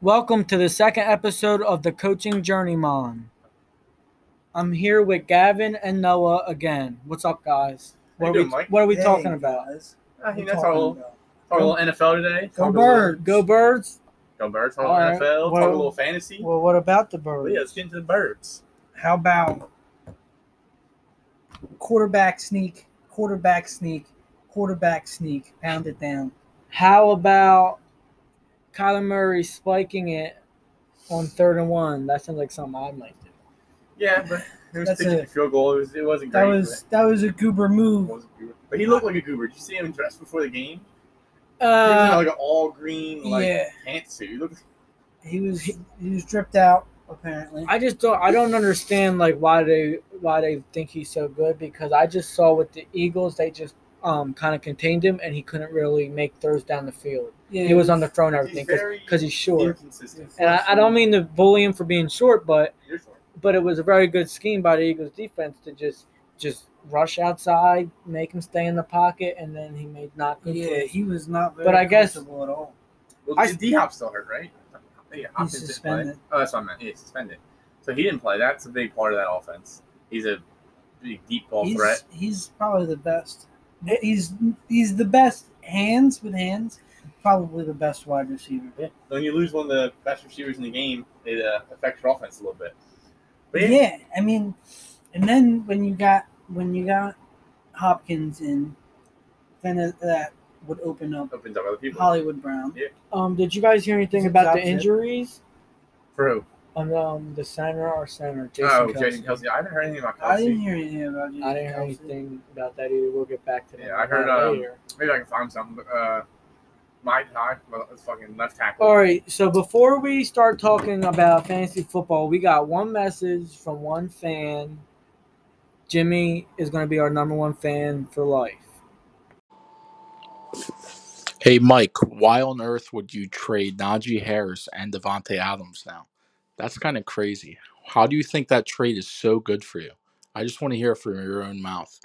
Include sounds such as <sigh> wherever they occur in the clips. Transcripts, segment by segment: Welcome to the second episode of the Coaching Journeyman. I'm here with Gavin and Noah again. What's up, guys? What How you are doing, we Mike? what are we Hey, talking about? guys. I We're think that's our talking little, about- our little NFL today. Go Talk a birds. Go birds. Little, go birds. Talk a All little right. NFL. Well- talk a little fantasy. Well, what about the But birds? yeah, let's get into the birds. How about quarterback sneak, quarterback sneak, quarterback sneak, pound it down. How about Kyler Murray spiking it on third and one? That sounds like something I might do. Yeah, <laughs> but it was That's pitching it. a field goal. It, was, it wasn't great. That but was that was a goober it move. wasn't good. But he looked like a goober. Did you see him dressed before the game? He was in Uh, like an all green like yeah. pantsuit. He looked He was he was dripped out apparently. I just don't. I don't understand like why they why they think he's so good because I just saw with the Eagles they just um kind of contained him and he couldn't really make throws down the field. Yeah, He was on the throw and he's everything very because he's short. inconsistent. And I, I don't mean to bully him for being short, but You're short. but it was a very good scheme by the Eagles defense to just just rush outside, make him stay in the pocket, and then he made not good. Yeah, plays. he was not very But I guess- comfortable at all. Well, I- D Hop still hurt, right? Yeah, Hopkins didn't play. suspended. Oh, that's what I meant. Yeah, suspended. So he didn't play. That's a big part of that offense. He's a big deep ball he's, threat. he's probably the best. He's he's the best hands with hands, probably the best wide receiver. Yeah. When you lose one of the best receivers in the game, it uh, affects your offense a little bit. But yeah, yeah, I mean, and then when you got when you got Hopkins in, then it- that would open up opens up other people. Hollywood Brown. Um, did you guys hear anything Is it about the Jobson? injuries? For who? On um, the center or center, Jason oh, Kelsey. Jason Kelsey. I haven't heard anything about I Kelsey. didn't hear anything about. Jason I didn't hear Kelce. <laughs> anything about that either. We'll get back to that. Yeah, I heard, um, later. Maybe I can find something. But, uh, my time, fucking left tackle. All right, so before we start talking about fantasy football, we got one message from one fan. Jimmy is going to be our number one fan for life. Hey, Mike, why on earth would you trade Najee Harris and Devontae Adams now? That's kind of crazy. How do you think that trade is so good for you? I just want to hear it from your own mouth.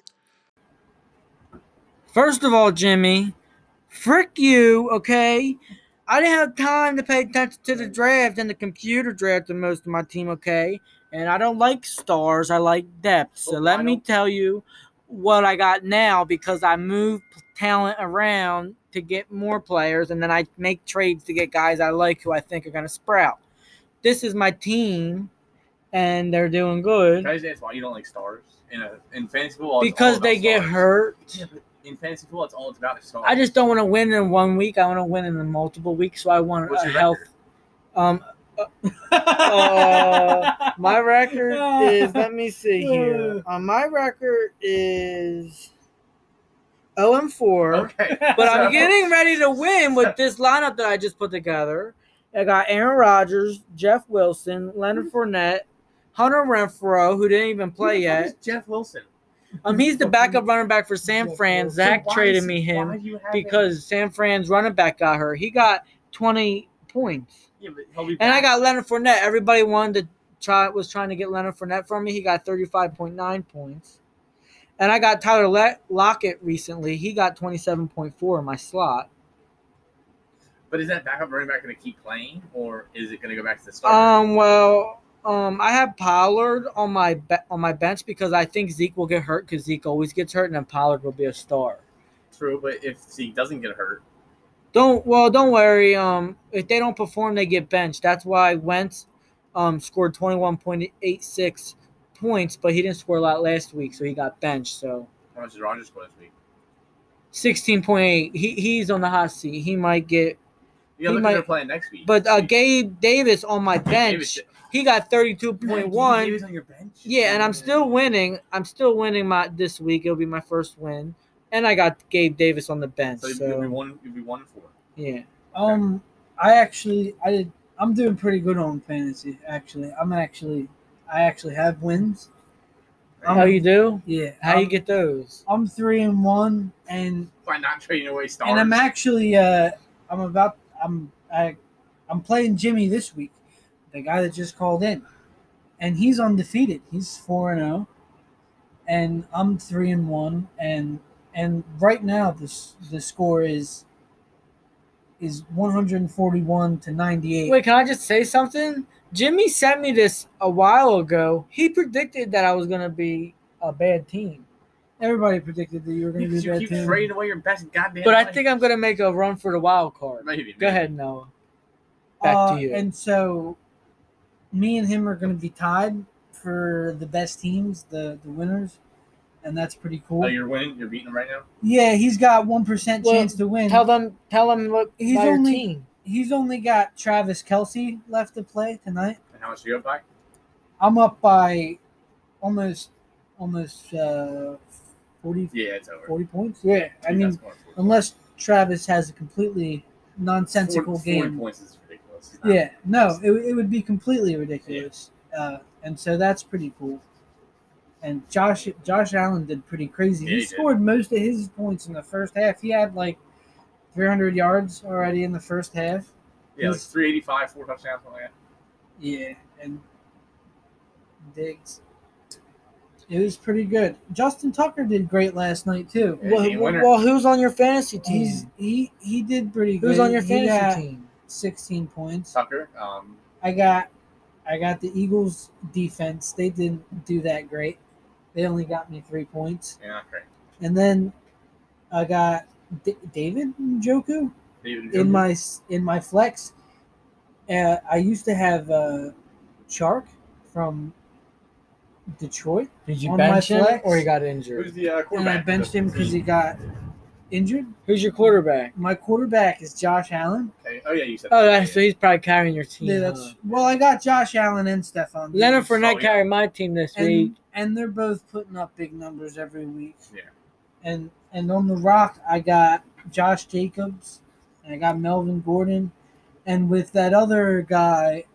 First of all, Jimmy, frick you, okay? I didn't have time to pay attention to the draft and the computer draft of most of my team, okay? And I don't like stars, I like depth. So Oh, I let me don't- tell you what I got now because I move p- talent around to get more players and then I make trades to get guys I like who I think are going to sprout. This is my team and they're doing Can good I just ask why you don't like stars in a, in fantasy football? it's all because they about get stars. hurt. Yeah, but in fantasy football, it's all it's about is stars. I just don't want to win in one week. I want to win in the multiple weeks. So I want What's a your health. record? Um, Uh, my <laughs> record is. Let me see here. Um, my record is. Oh, and four. Okay, <laughs> But So- <laughs> I'm getting ready to win with this lineup that I just put together. I got Aaron Rodgers, Jeff Wilson, Leonard Fournette, Hunter Renfro, who didn't even Mm-hmm. Who the play fuck is yet. Jeff Wilson. Um, he's the backup running back for San Jeff Fran. Wilson. Zach So why traded is- me him why do you have him? because San Fran's running back got hurt. He got 20 points. Yeah, but he'll be And I back. got Leonard Fournette. Everybody wanted to try was trying to get Leonard Fournette from me. He got 35.9 points. And I got Tyler Le- Lockett recently. He got 27.4 in my slot. But is that backup running back going to keep playing, or is it going to go back to the start? Um well, um I have Pollard on my be- on my bench because I think Zeke will get hurt cuz Zeke always gets hurt and then Pollard will be a star. True, but if Zeke doesn't get hurt, Don't well, don't worry. Um, if they don't perform, they get benched. That's why Wentz, um, scored twenty one point eight six points, but he didn't score a lot last week, so he got benched. So how much does Rogers score this week? sixteen point eight. He he's on the hot seat. He might get. Yeah, He look might- at their playing next week. But uh, Zeke- Gabe Davis on my bench, Davis- he got thirty two point one. He was on your bench. Yeah, and I'm still winning. I'm still winning my this week. It'll be my first win, and I got Gabe Davis on the bench. So, you'll be So one. You'll be one and four. yeah. Um, I actually, I did. I'm doing pretty good on fantasy. Actually, I'm actually, I actually have wins. Um, How you do? Yeah. How I'm, you get those? I'm three and one, and By not trading away stars. and I'm actually uh I'm about I'm I I'm playing Jimmy this week, the guy that just called in, and he's undefeated. He's four and zero, and I'm three and one, and and right now this the score is is 141 to 98. Wait, can I just say something? Jimmy sent me this a while ago. He predicted that I was going to be a bad team, Everybody predicted that you were going to be Because you that keep team. trading away your best goddamn. but I money. think I'm going to make a run for the wild card. maybe. maybe. Go ahead, Noah. Back Uh, to you. And so, me and him are going to be tied for the best teams, the the winners, and that's pretty cool. Oh, you're winning. You're beating them right now. yeah, he's got one percent Well, chance to win. Tell them, tell them, look, He's he's on only- your team. he's only got Travis Kelsey left to play tonight. And how much do you have by? I'm up by almost almost uh, 40, Yeah, it's over. 40 points. Yeah, I Dude, mean, that's going for- unless Travis has a completely nonsensical 40 game. points is ridiculous. He's not- Yeah, no, it, it would be completely ridiculous. Uh, and so that's pretty cool. And Josh Josh Allen did pretty crazy. Yeah, he he did. scored most of his points in the first half. He had like 300 yards already in the first half. Yeah, like He's- 385, four touchdowns, something like Yeah, and Diggs. It was pretty good. Justin Tucker did great last night too. Yeah, well, he's a winner. well, who's on your fantasy team? He's he he did pretty good. who's on your He fantasy got team? 16 points. that. Tucker, um, I got I got the Eagles defense. They didn't do that great. They only got me three points. yeah, not great. And then I got D- David Njoku David in Njoku. my s- in my flex. Uh, I used to have uh, Chark from Detroit, Did you bench him, or or he he got Who's injured? the uh, and I quarterback? benched him because he got injured. Who's your quarterback? My quarterback is Josh Allen. Okay. Oh yeah, you said. Oh, that. that's, so he's probably carrying your team. Yeah, huh? that's well. I got Josh Allen and Stefan. Diggs. Leonard Fournette Oh, yeah. carried my team this week. and and they're both putting up big numbers every week. Yeah. And and on the rock, I got Josh Jacobs, and I got Melvin Gordon, and with that other guy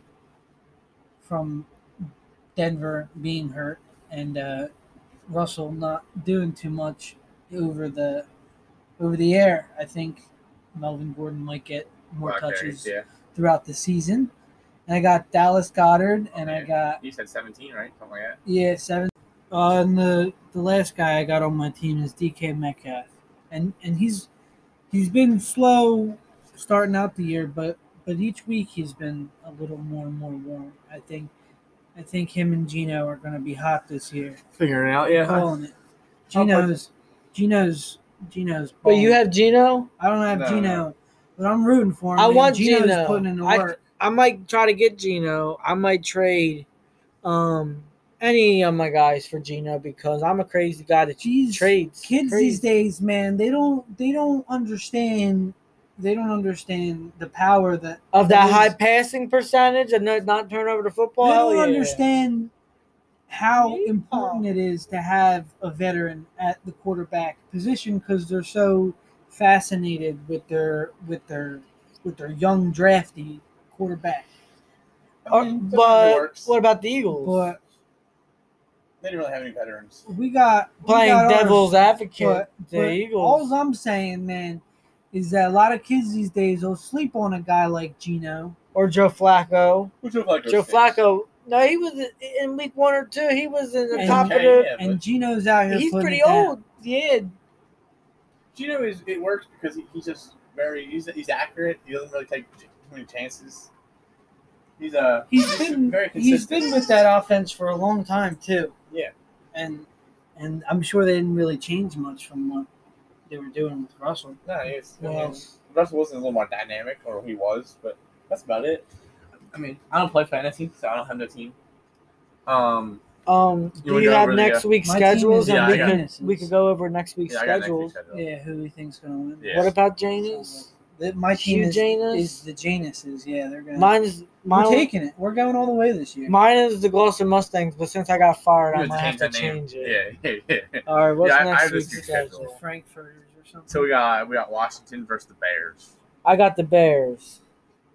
from Denver being hurt and uh, Russell not doing too much over the over the air, I think Melvin Gordon might get more Black touches Berries, Yeah, throughout the season. And I got Dallas Goddard, and I Okay. got you said 17, right? Something like that. yeah, seven. Uh, and the the last guy I got on my team is DK Metcalf, and and he's he's been slow starting out the year, but but each week he's been a little more and more warm. I think I think him and Gino are going to be hot this year. Figuring out. Uh-huh. Calling it. I'll put- Gino's Gino's Gino's. But you balling. have Gino. I don't have No, Gino, no. but I'm rooting for him. I man. want Gino's Gino. putting in the I- work. I might try to get Gino. I might trade um any of my guys for Gino because I'm a crazy guy that Jeez, trades kids crazy. these days man they don't they don't understand they don't understand the power that of that is- high passing percentage and not- not turn over the football. they Hell don't yeah. understand how Yeah. important it is to have a veteran at the quarterback position because they're so fascinated with their with their with their young drafty quarterback Or- Uh, but what about the Eagles but they didn't really have any veterans. we got we playing got ours. devil's advocate? but- the But Eagles. All I'm saying, man, is that a lot of kids these days will sleep on a guy like Gino. or Joe Flacco. Which Joe Flacco. Joe stinks. Flacco. No, he was in week one or two. He was in the And- top Okay, of yeah, but And Gino's out the. here. He's putting pretty it down. old. Yeah, Gino is it works because he, he's just very he's he's accurate. He doesn't really take too many chances. He's uh He's been very he's consistent. been with that offense for a long time too. Yeah. And and I'm sure they didn't really change much from what they were doing with Russell. No, he's I Well- mean, Russell Wilson's a little more dynamic, or he was, but that's about it. I mean, I don't play fantasy, so I don't have no team. Um, Um, You do wanna you go have over the, next week's My team schedules? is- And Yeah, we I got can it. we could go over next week's yeah, I got next week's schedules. schedule. Yeah, who we think's gonna win? Yeah. What about Janus? The- my team Hugh is, Janus? is the Januses. Yeah, they're gonna. Mine is we're mine. taking it. We're going all the way this year. Mine is the Gloucester Mustangs, but since I got fired, I You might have change to that name. change it. Yeah, yeah, <laughs> yeah. All right, what's Yeah, I- I next have this week's week's schedule? schedule. Frankfurters or something. So we got we got Washington versus the Bears. I got the Bears.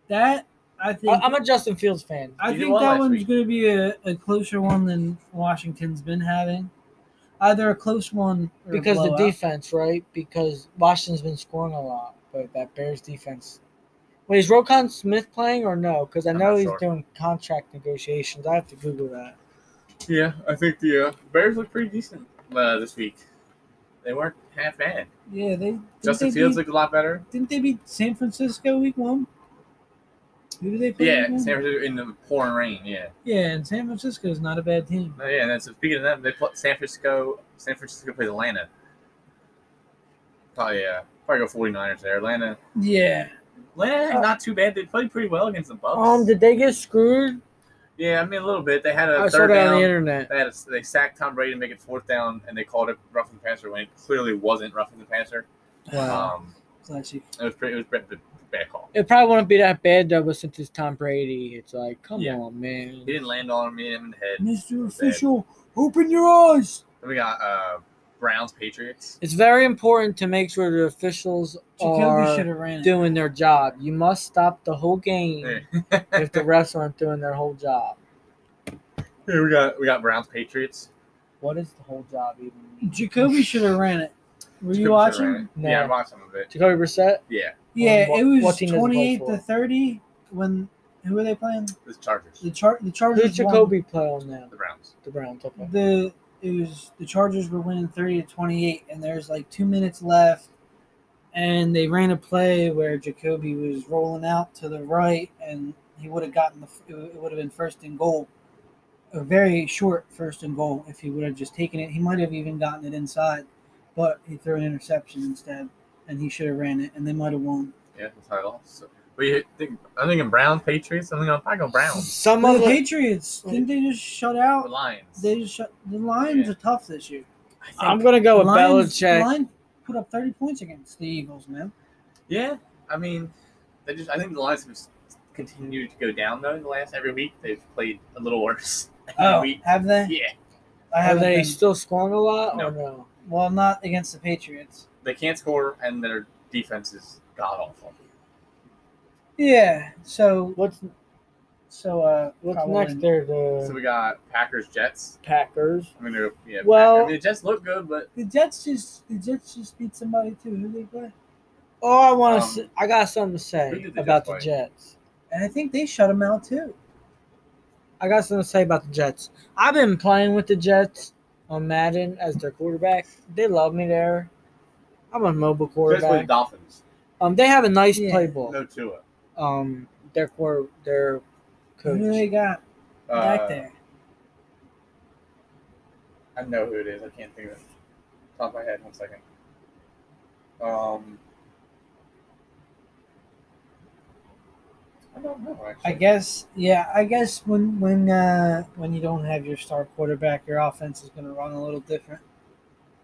that I I, think I'm a Justin Fields fan. I You think won that last one's week. going to be a, a closer one than Washington's been having. Either a close one or a because the blowout. defense, right? Because Washington's been scoring a lot, but that Bears defense. Wait, is Rokon Smith playing or no? Because I I'm know not he's sure. doing contract negotiations. I have to Google that. Yeah, I think the uh, Bears look pretty decent uh, this week. They weren't half bad. Yeah, they didn't Justin they Fields beat, looked a lot better. didn't they beat San Francisco week one? Who did they play? Yeah, week one? San Francisco in the pouring rain. Yeah, yeah, and San Francisco is not a bad team. oh, yeah. And then so speaking of them, they play San Francisco. San Francisco plays Atlanta. Probably yeah. Probably go 49ers there. Atlanta. Yeah, Atlanta not too bad. They played pretty well against the Bucks. Uh, Um, did they get screwed? yeah, I mean a little bit. They had I a saw third that on the down. internet. They, had a, they sacked Tom Brady to make it fourth down, and they called it roughing the passer when it clearly wasn't roughing the passer. Wow. Um, it's actually it was pretty. It was pretty bad call. It probably wouldn't be that bad though, but since it's Tom Brady, it's like, come Yeah. on, man. He didn't land on me in the head. Mr. Official. Open your eyes. Then we got uh, Browns Patriots. It's very important to make sure the officials Jacoby should are have ran. it. doing their job. You must stop the whole game Here Mm. <laughs> if the refs aren't doing their whole job. we got we got Browns Patriots. What is the whole job even? mean? Jacoby should have ran it. Were you Jacoby watching? Ferrari. No. Yeah, I watched some of it. Jacoby Brissett. Yeah, Yeah, What- it was what team does it play twenty-eight for? to thirty when who were they playing? the Chargers, The char the Chargers. Who's won. Jacoby play on now? the Browns. The Browns. Okay. The it was the Chargers were winning thirty to twenty-eight, and there's like two minutes left, and they ran a play where Jacoby was rolling out to the right, and he would have gotten the f- it would- it would have been first and goal, a very short first and goal if he would have just taken it. He might have even gotten it inside, but he threw an interception instead, and he should have ran it, and they might have won. Yeah, that's how I lost. So, we think I'm thinking Browns Patriots. I'm thinking I go <laughs> Browns. Some Well, of the the, Patriots Oh. didn't they just shut The out? Lions. They just shut the Lions Yeah. are tough this year. I think. I'm gonna go with Lions, Belichick. Lions put up thirty points against the Eagles, man. yeah, I mean, they just. I think the Lions have s- continued to go down though. In the last every week, they've played a little worse. <laughs> every Oh, week. have they? yeah, I Are have they they. still scoring a lot No. or no? well, not against the Patriots. they can't score, and their defense is god awful. Yeah. So What's so uh. what's probably- next there? The So we got Packers Jets. Packers. I mean, they're yeah. Well- Packers. I mean, the Jets look good, but The Jets just the Jets just beat somebody too. Who they play? Oh, I want Um, to. I got something to who say did the about Jets the play? Jets. And I think they shut them out too. I got something to say about the Jets. I've been playing with the Jets on Madden as their quarterback. They love me there. I'm a mobile Jets play quarterback. the Dolphins. Um, they have a nice Yeah. playbook. No Tua. Um, their quarter, their coach. Who they got Uh, back there? I know who it is. I can't think of it. Top of my head. One second. Um. I don't know. Actually. I guess, yeah, I guess when when uh, when you don't have your star quarterback, your offense is going to run a little different.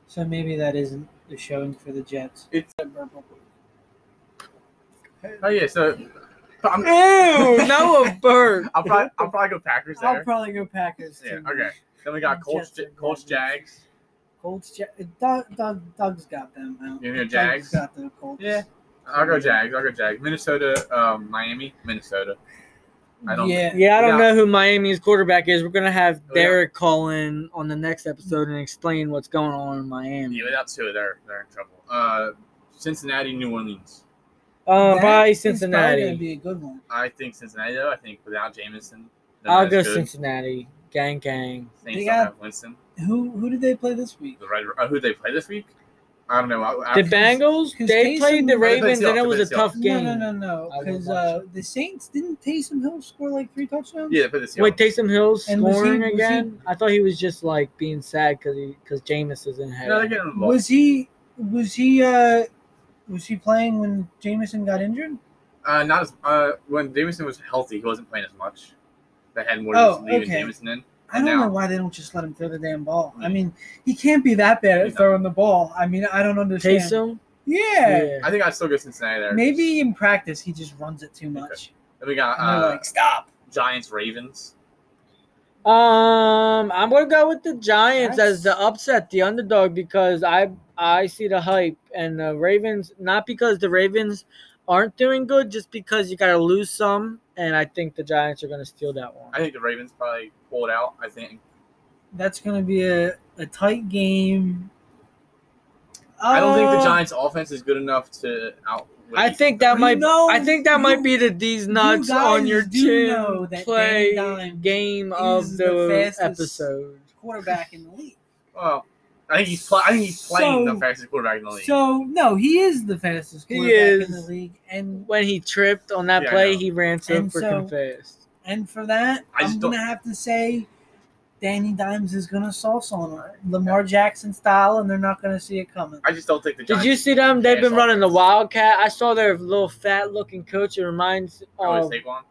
So maybe that isn't the showing for the Jets. It's- Oh yeah. So. I'm, <laughs> Oh, Ew, no, a bird. I'll probably I'll probably go Packers I'll there. probably go Packers. Yeah. too. Okay. Then we got Colts. Jets are Colts garbage. Jags. Colts. Ja- Doug, Doug, Doug's got them. Out. You know Doug's Jags? got the Colts. Yeah. I'll go Jags. I'll go Jags. Minnesota. Um. Miami. Minnesota. I don't- <laughs> Yeah. Yeah, I don't Yeah. know who Miami's quarterback is. We're gonna have Oh, yeah. Derek call in on the next episode and explain what's going on in Miami. Yeah. Without Tua, they're they're in trouble. Uh. Cincinnati. New Orleans. Uh, That probably is probably Cincinnati. gonna be a good one. I think Cincinnati. Though I think without Jamison. they're I'll not go as good. Cincinnati. Gang, gang. Saints They don't got- have Winston. Who who did they play this week? The Red, uh, who they play this week? I don't know. I, I, The Bengals, Who's they Taysom- played Oh, the they played Ravens, and Seahawks, it was they a played tough No, game. no, no, no. I will Because watch uh, the Saints didn't Taysom Hill score like three touchdowns. Yeah, they play the Seahawks. Wait, Taysom Hill's And was he- scoring was he- again? I thought he was just like being sad because he because Jameis isn't No, they're head. getting involved. Was he was he uh was he playing when Jameson got injured? uh, not as uh, when Jamison was healthy, he wasn't playing as much. They had more Oh, oh, leaving okay. Jamison in. I don't No. know why they don't just let him throw the damn ball. I Mm. mean, he can't be that bad You at know. throwing the ball. I mean, I don't understand. Taysom? Yeah. I think I still go Cincinnati there. Maybe in practice he just runs it too much. Then we got And uh, they're like, "Stop." Giants Ravens. Um, I'm gonna go with the Giants as the That's- upset, the underdog, because I I see the hype and the Ravens. Not because the Ravens aren't doing good, just because you gotta lose some, and I think the Giants are gonna steal that one. I think the Ravens probably pull it out. I think. That's going to be a, a tight game. I don't think the Uh, Giants' offense is good enough to out. I think that You might know- I think that might be the these nuts on guys your do chin know that play Dan Dime game of is the, the fastest- episode. <laughs> quarterback in the league. Well, Oh, I think he's pl- I think he's playing So- the fastest quarterback in the league. So no, he is the fastest He quarterback in the is. league, and When he tripped on that Yeah, I play, know. he ran so And freaking so- fast. and for that, I just I'm don't- gonna have to say, Danny Dimes is gonna sauce on him, Lamar Jackson style, and they're not gonna see it coming. I just don't think the Did Giants. you see them? They've been Yes, running the offense. Wildcat. I saw their little fat looking coach. It reminds really of Saquon?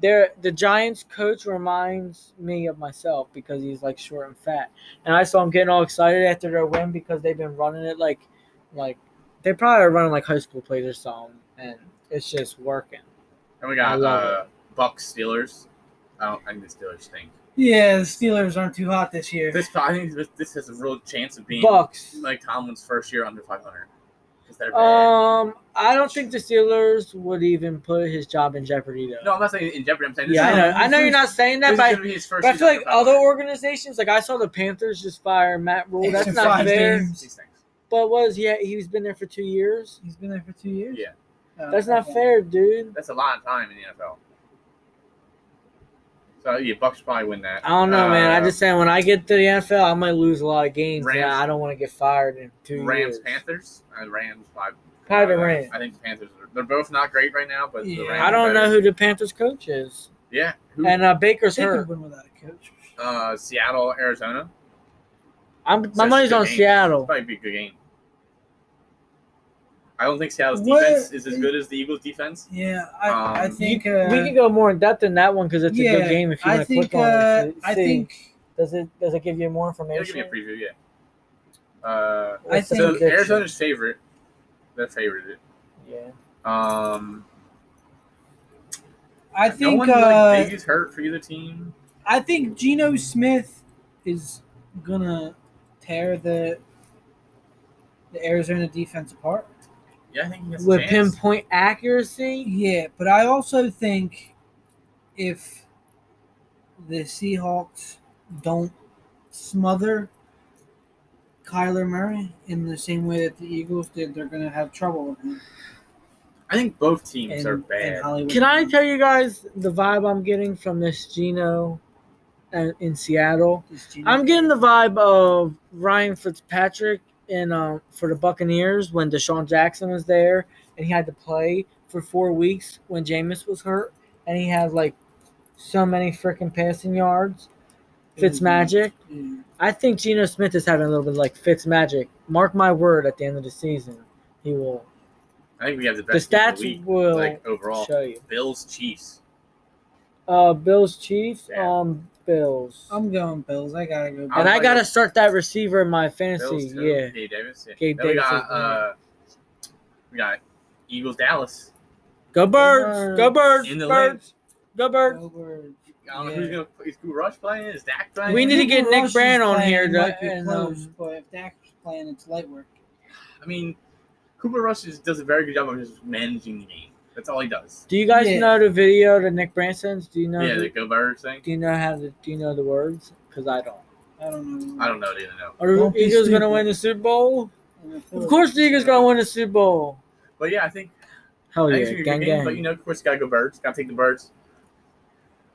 their the Giants coach reminds me of myself because he's like short and fat. And I saw him getting all excited after their win because they've been running it like like they probably are running like high school plays or something and it's just working. And we I got love uh, Bucks Steelers. I don't. I think the Steelers stink. Yeah, the Steelers aren't too hot this year. This I think this, this has a real chance of being Bucks. like Tomlin's first year under 500 because they're bad. Um I don't think the Steelers would even put his job in jeopardy though. no, I'm not saying in jeopardy. I'm saying this yeah, I is, know. I know you're not saying This that, is but gonna be his first But I feel season like under other 500. organizations, like I saw the Panthers just fire Matt Rule. It's That's in not five fair. games. He stinks. But was yeah, he's been there for two years. He's been there for two years. Yeah. Oh, That's not okay. fair, dude. That's a lot of time in the NFL. So yeah, Bucks probably win that. I don't know, man. I Uh, just saying when I get to the NFL, I might lose a lot of games. and Rams- I don't want to get fired in two Rams years. Panthers. Uh, Rams probably. Probably the uh, Rams. I think the Panthers. Are, they're both not great right now, but Yeah. the Rams I are don't know better. who the Panthers coach is, Yeah. Who? and uh, Baker's They could hurt. win without a coach. uh, Seattle, Arizona. I'm, That's my a money's good on game. Seattle. Probably be a good game. I don't think Seattle's What- defense is as good as the Eagles' defense. Yeah, I, I Um, think You- uh, we can go more in depth in that one because it's a yeah, good game. If you I want to think click on uh, it, to I see. think does it does it give you more It'll give me information? a preview. Yeah. Uh, Or I is it think- so prediction? Arizona's favorite. They're favorite. yeah. Um, I no think one uh, like, big is hurt for either team. I think Geno Smith is gonna tear the the Arizona defense apart. Yeah, I think he has a with chance. pinpoint accuracy. Yeah, but I also think if the Seahawks don't smother Kyler Murray in the same way that the Eagles did, they're gonna have trouble with him. I think both teams And, are and bad. Hollywood. Can I tell you guys the vibe I'm getting from this Gino and- in Seattle? Is Geno- I'm getting the vibe of Ryan Fitzpatrick in um, for the Buccaneers when Deshaun Jackson was there and he had to play for four weeks when Jameis was hurt and he had like so many freaking passing yards. Mm-hmm. Fitzmagic. Yeah. I think Geno Smith is having a little bit like Fitzmagic. Mark my word, at the end of the season, he will. I think we have the The best team in stats the league, will like overall. show you. Bills, Chiefs. Uh, Bills, Chiefs. Yeah. Um, Bills. I'm going Bills. I gotta go. and Bills. I like gotta it. start that receiver in my Bills fantasy. too. Yeah, Gabe Davis. Yeah. Gabe Then Davis We is got, uh, we got Eagles, Dallas. go Uh, birds, go birds, In the birds, go birds. Over- I don't know Yeah. who's gonna is Guru Rush playing? Is Dak playing? We need to get Cooper Nick Rush is Brand on playing, here it to- might be and, close, um, but if Dak's playing, it's light work. I mean, Cooper Rush is, does a very good job of just managing the game. That's all he does. Do you guys Yeah. know the video that Nick Branson's? Do you know? Yeah, the- the Go Birds thing. do you know how to? Do you know the words? Because I don't. I don't know. I don't know. Didn't know. Are the Don't be Eagles gonna stupid. win the Super Bowl? And I feel Of course, the Eagles gonna win the Super Bowl. But yeah, I think. Hell I think Oh, yeah, it's gonna be a good gang game, But you gang. know, of course, gotta go Birds. Gotta take the Birds.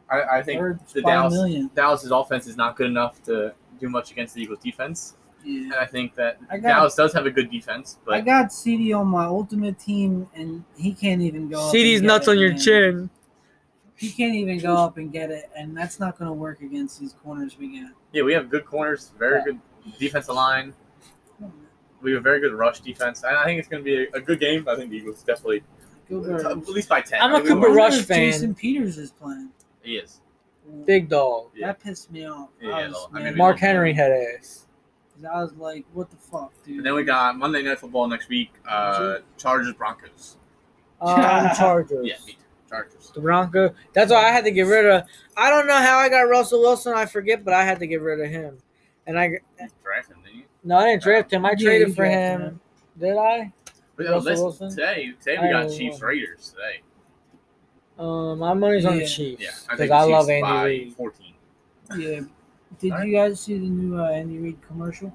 I, I think Birds the by a Dallas million. Dallas's offense is not good enough to do much against the Eagles' defense, Yeah. and I think that I got- Dallas does have a good defense. I But got CD on my ultimate team, and he can't even go. up CD's and get nuts it, on your man. chin. He can't even go up and get it, and that's not going to work against these corners we got. yeah, we have good corners, very Yeah. good defensive line. We have a very good rush defense, and I think it's gonna be a, a good game. I think the Eagles definitely, uh, Go at Birds. least by ten. I'm a I think we Cooper win. Rush If fan. Jason Peters is playing. He is. Big dog. Yeah. That pissed me off. I Yeah, was, I mean, mad. Mar- Mark Henry had <laughs> ass. 'Cause I was like, what the fuck, dude? And then we got Monday Night Football next week. Uh, Chargers Broncos. Um, Chargers. Yeah, me too. Chargers. The Bronco. That's why I had to get rid of. I don't know how I got Russell Wilson. I forget, but I had to get rid of him. And I You drafted him, didn't you? no, I didn't draft him. I Yeah, traded you for him. drafted Did I? But Russell listen, Wilson? today, today I we got don't Chiefs know. Raiders today. Um, my money's on the Yeah. Yeah, Chiefs I because think I, Chiefs love Andy by Reid. Fourteen. Yeah. Did Alright. you guys see the new uh, Andy Reid commercial?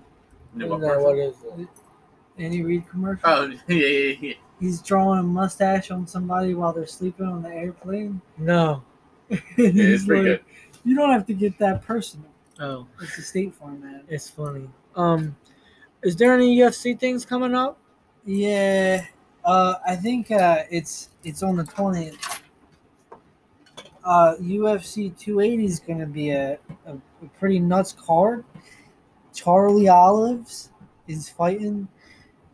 No, And, what uh, person? what is it? Andy Reid commercial? Oh <laughs> yeah, yeah, yeah. He's drawing a mustache on somebody while they're sleeping on the airplane. <laughs> No. yeah it's pretty good. You don't have to get that personal. Oh, It's a State Farm ad. it's funny. Um, Is there any UFC things coming up? Yeah, uh, I think uh, it's it's on the twentieth. Uh, UFC 280 is going to be a, a, a pretty nuts card. Charlie Olives is fighting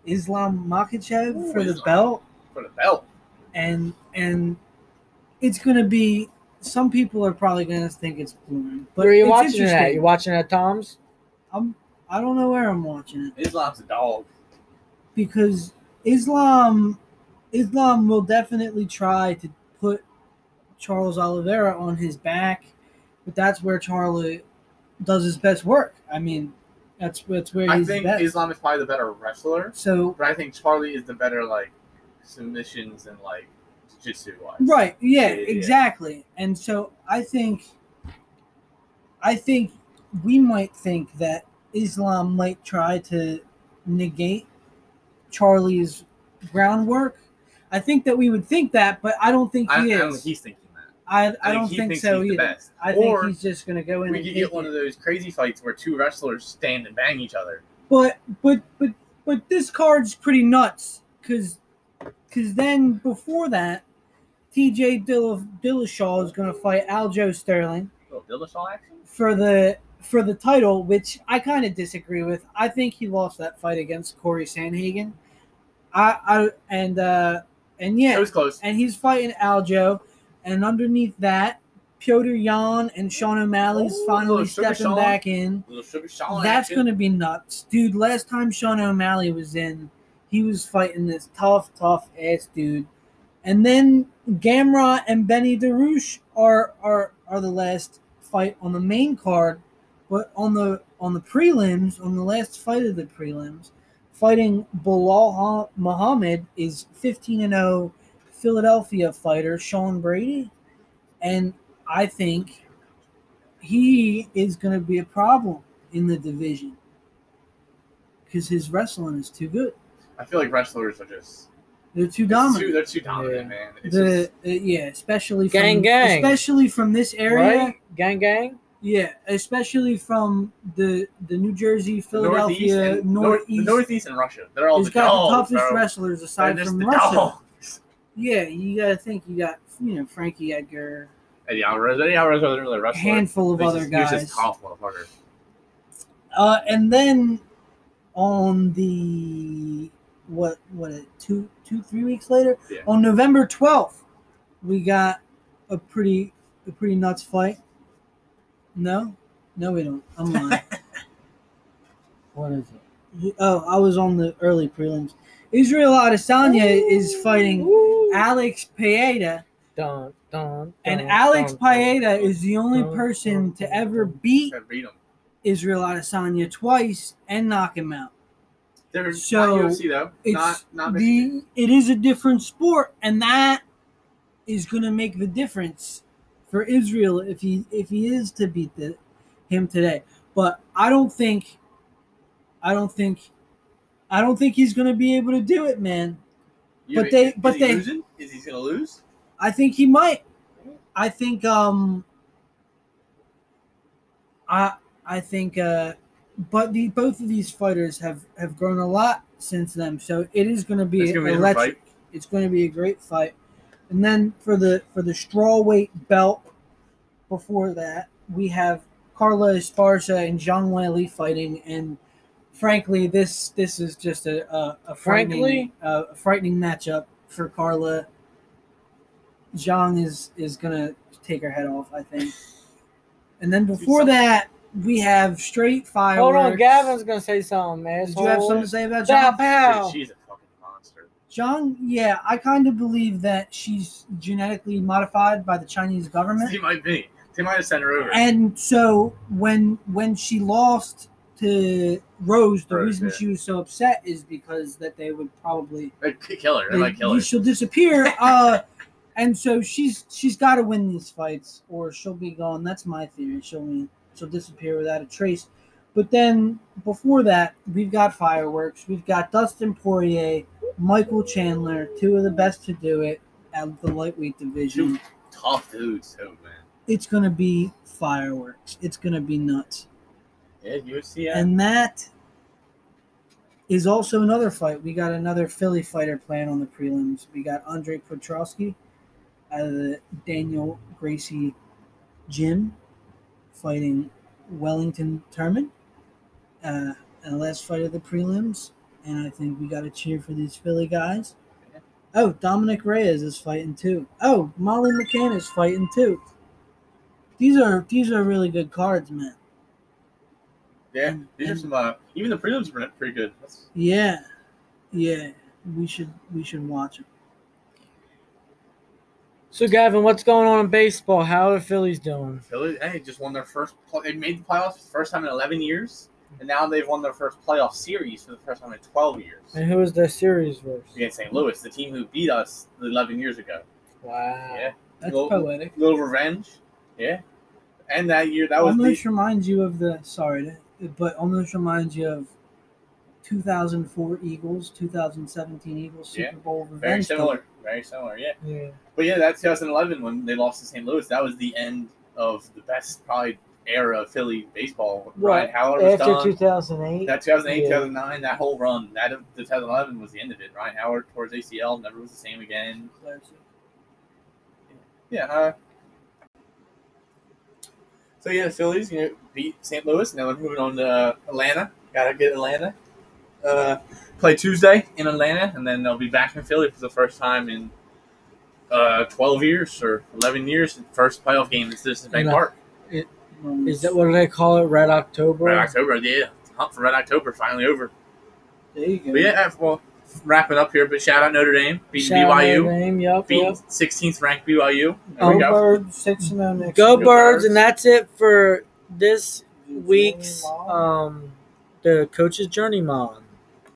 Islam Makachev Ooh, for the Islam. belt, for the belt. and and it's going to be. Some people are probably going to think it's boring, but Where are you it's watching it at? interesting. You watching it at Tom's? I'm I don't know where I'm watching it Islam's a dog. because Islam Islam will definitely try to put Charles Oliveira on his back, but that's where Charlie does his best work. I mean, that's that's where I he's think best. Islam is probably the better wrestler, so but I think Charlie is the better like submissions and like jiu-jitsu wise. right, yeah, Yeah, yeah, yeah. exactly. And so I think I think we might think that Islam might try to negate Charlie's groundwork. I think that we would think that, but I don't think he I, I is. don't think he's thinking that. I, I, I don't he think thinks so he's the either. best. I or think he's just going to go in we and could take get one it. of those crazy fights where two wrestlers stand and bang each other. But but but but this card's pretty nuts because because then before that, T.J. Dill- Dillashaw is going to fight Aljo Sterling little Dillashaw action. for the for the title, which I kind of disagree with. I think he lost that fight against Corey Sanhagen. I I and uh and yeah, It was close. and he's fighting Aljo. And underneath that, Piotr Jan and Sean O'Malley's Ooh, finally little sugar stepping Sean. back in. little sugar Sean That's action. going to be nuts. Dude, last time Sean O'Malley was in, he was fighting this tough, tough ass dude. And then Gamra and Benny DeRouche are, are are the last fight on the main card, but on the on the prelims, on the last fight of the prelims, fighting Bilal Ha- Muhammad is 15 and 0 Philadelphia fighter Sean Brady, and I think he is going to be a problem in the division because his wrestling is too good. I feel like wrestlers are just They're too it's too- dominant. they're too dominant, man. It's the just, uh, yeah, especially Gang, from, gang. especially from this area. Right? Gang gang? Yeah, especially from the the New Jersey, the northeast, Philadelphia, and, North, the northeast. northeast and Russia. They're all has the got dogs, the toughest bro. wrestlers They're aside just from the Russia. dogs. <laughs> Yeah, you gotta think you got you know Frankie Edgar, Eddie Alvarez. Eddie Alvarez wasn't really a a wrestler. handful of He's other just, guys. He was just tough motherfucker. Uh, and then on the what what two two three weeks later Yeah. on November twelfth, we got a pretty a pretty nuts fight. No, no, we don't. I'm lying. what is it? Oh, I was on the early prelims. Israel Adesanya is fighting Woo. Alex Paeta, Dun, dun, and dun, Alex dun, dun, Paeta dun. is the only dun, person dun, to dun, ever dun. beat Gotta beat 'em. Israel Adesanya twice and knock him out. They're So, not UFC though. it's not not Mexican. the it is a different sport and that is going to make the difference for Israel if he if he is to beat the, him today but I don't think I don't think I don't think he's going to be able to do it man You- but they- is but he they- losing? is he gonna lose? I think he might I think um I I think uh but the both of these fighters have have grown a lot since then so it is going to be It's gonna be a different electric fight. it's going to be a great fight. And then for the for the strawweight belt, before that we have Carla Esparza and Zhang Weili fighting, and frankly, this this is just a a, a frightening Frankly? uh, a frightening matchup for Carla. Zhang is is gonna take her head off, I think. And then before that, we have straight fire. Hold on, Gavin's gonna say something, man. Did you have something to say about Pow, Zhang? pow. Dude, she's a fucking monster. John, yeah, I kind of believe that she's genetically modified by the Chinese He government, might be. They might have sent her over. and so when when she lost to Rose, the Rose, reason yeah. she was so upset is because that they would probably They'd k- kill her. They they- might kill her. she'll <laughs> disappear. uh, and so she's she's got to win these fights, or she'll be gone. That's my theory. She'll be- she'll disappear without a trace. But then before that, we've got fireworks. We've got Dustin Poirier, Michael Chandler, two of the best to do it at the lightweight division. Tough dudes too, man. It's gonna be fireworks. It's gonna be nuts. Yeah, UFC. Yeah. And that is also another fight. We got another Philly fighter plan on the prelims. We got Andre Petrowski out of the Daniel Gracie gym fighting Wellington Terman. Uh, and the last fight of the prelims. And I think we got to cheer for these Philly guys. Oh, Dominic Reyes is fighting too. Oh, Molly McCann is fighting too. These are these are really good cards, man. Yeah, these are some. Uh, even the prelims were pretty good. That's, Yeah, yeah. We should we should watch it. So, Gavin, what's going on in baseball? How are the Phillies doing? Philly, hey, just won their first. Play, they made the playoffs for the first time in 11 years, and now they've won their first playoff series for the first time in 12 years And who is their series versus? against St. Louis, the team who beat us 11 years ago. Wow. Yeah, That's Well, poetic. little revenge. Yeah, and that year that was the, Almost reminds you of the sorry, to- but almost reminds you of 2004 Eagles, 2017 Eagles Super Yeah. Bowl revenge. very tour. similar. Very similar. Yeah. Yeah. But yeah, that's 2011 when they lost to St. Louis. That was the end of the best probably era of Philly baseball. Ryan Right. Howard was After done. 2008. That 2008, Yeah. 2009, that whole run, that of the 2011 was the end of it. Ryan Howard towards ACL never was the same again. Yeah. Uh, so yeah, the Phillies you know, beat St. Louis. Now we're moving on to uh, Atlanta. Gotta get Atlanta. Uh, play Tuesday in Atlanta, and then they'll be back in Philly for the first time in uh, 12 years or 11 years. First playoff game in Citizens Bank Yeah. Park. Is that what do they call it? Red October. Red October, yeah. Hunt for Red October finally over. There you go. But yeah, uh, well, wrapping up here. But shout out Notre Dame, beat Shout out BYU. their Name. Yep, beating yep. 16th ranked BYU. There Go we go. Birds, six and oh next. Go Go birds. Birds. and that's it for this week. uh, week's um, the coach's journey mod.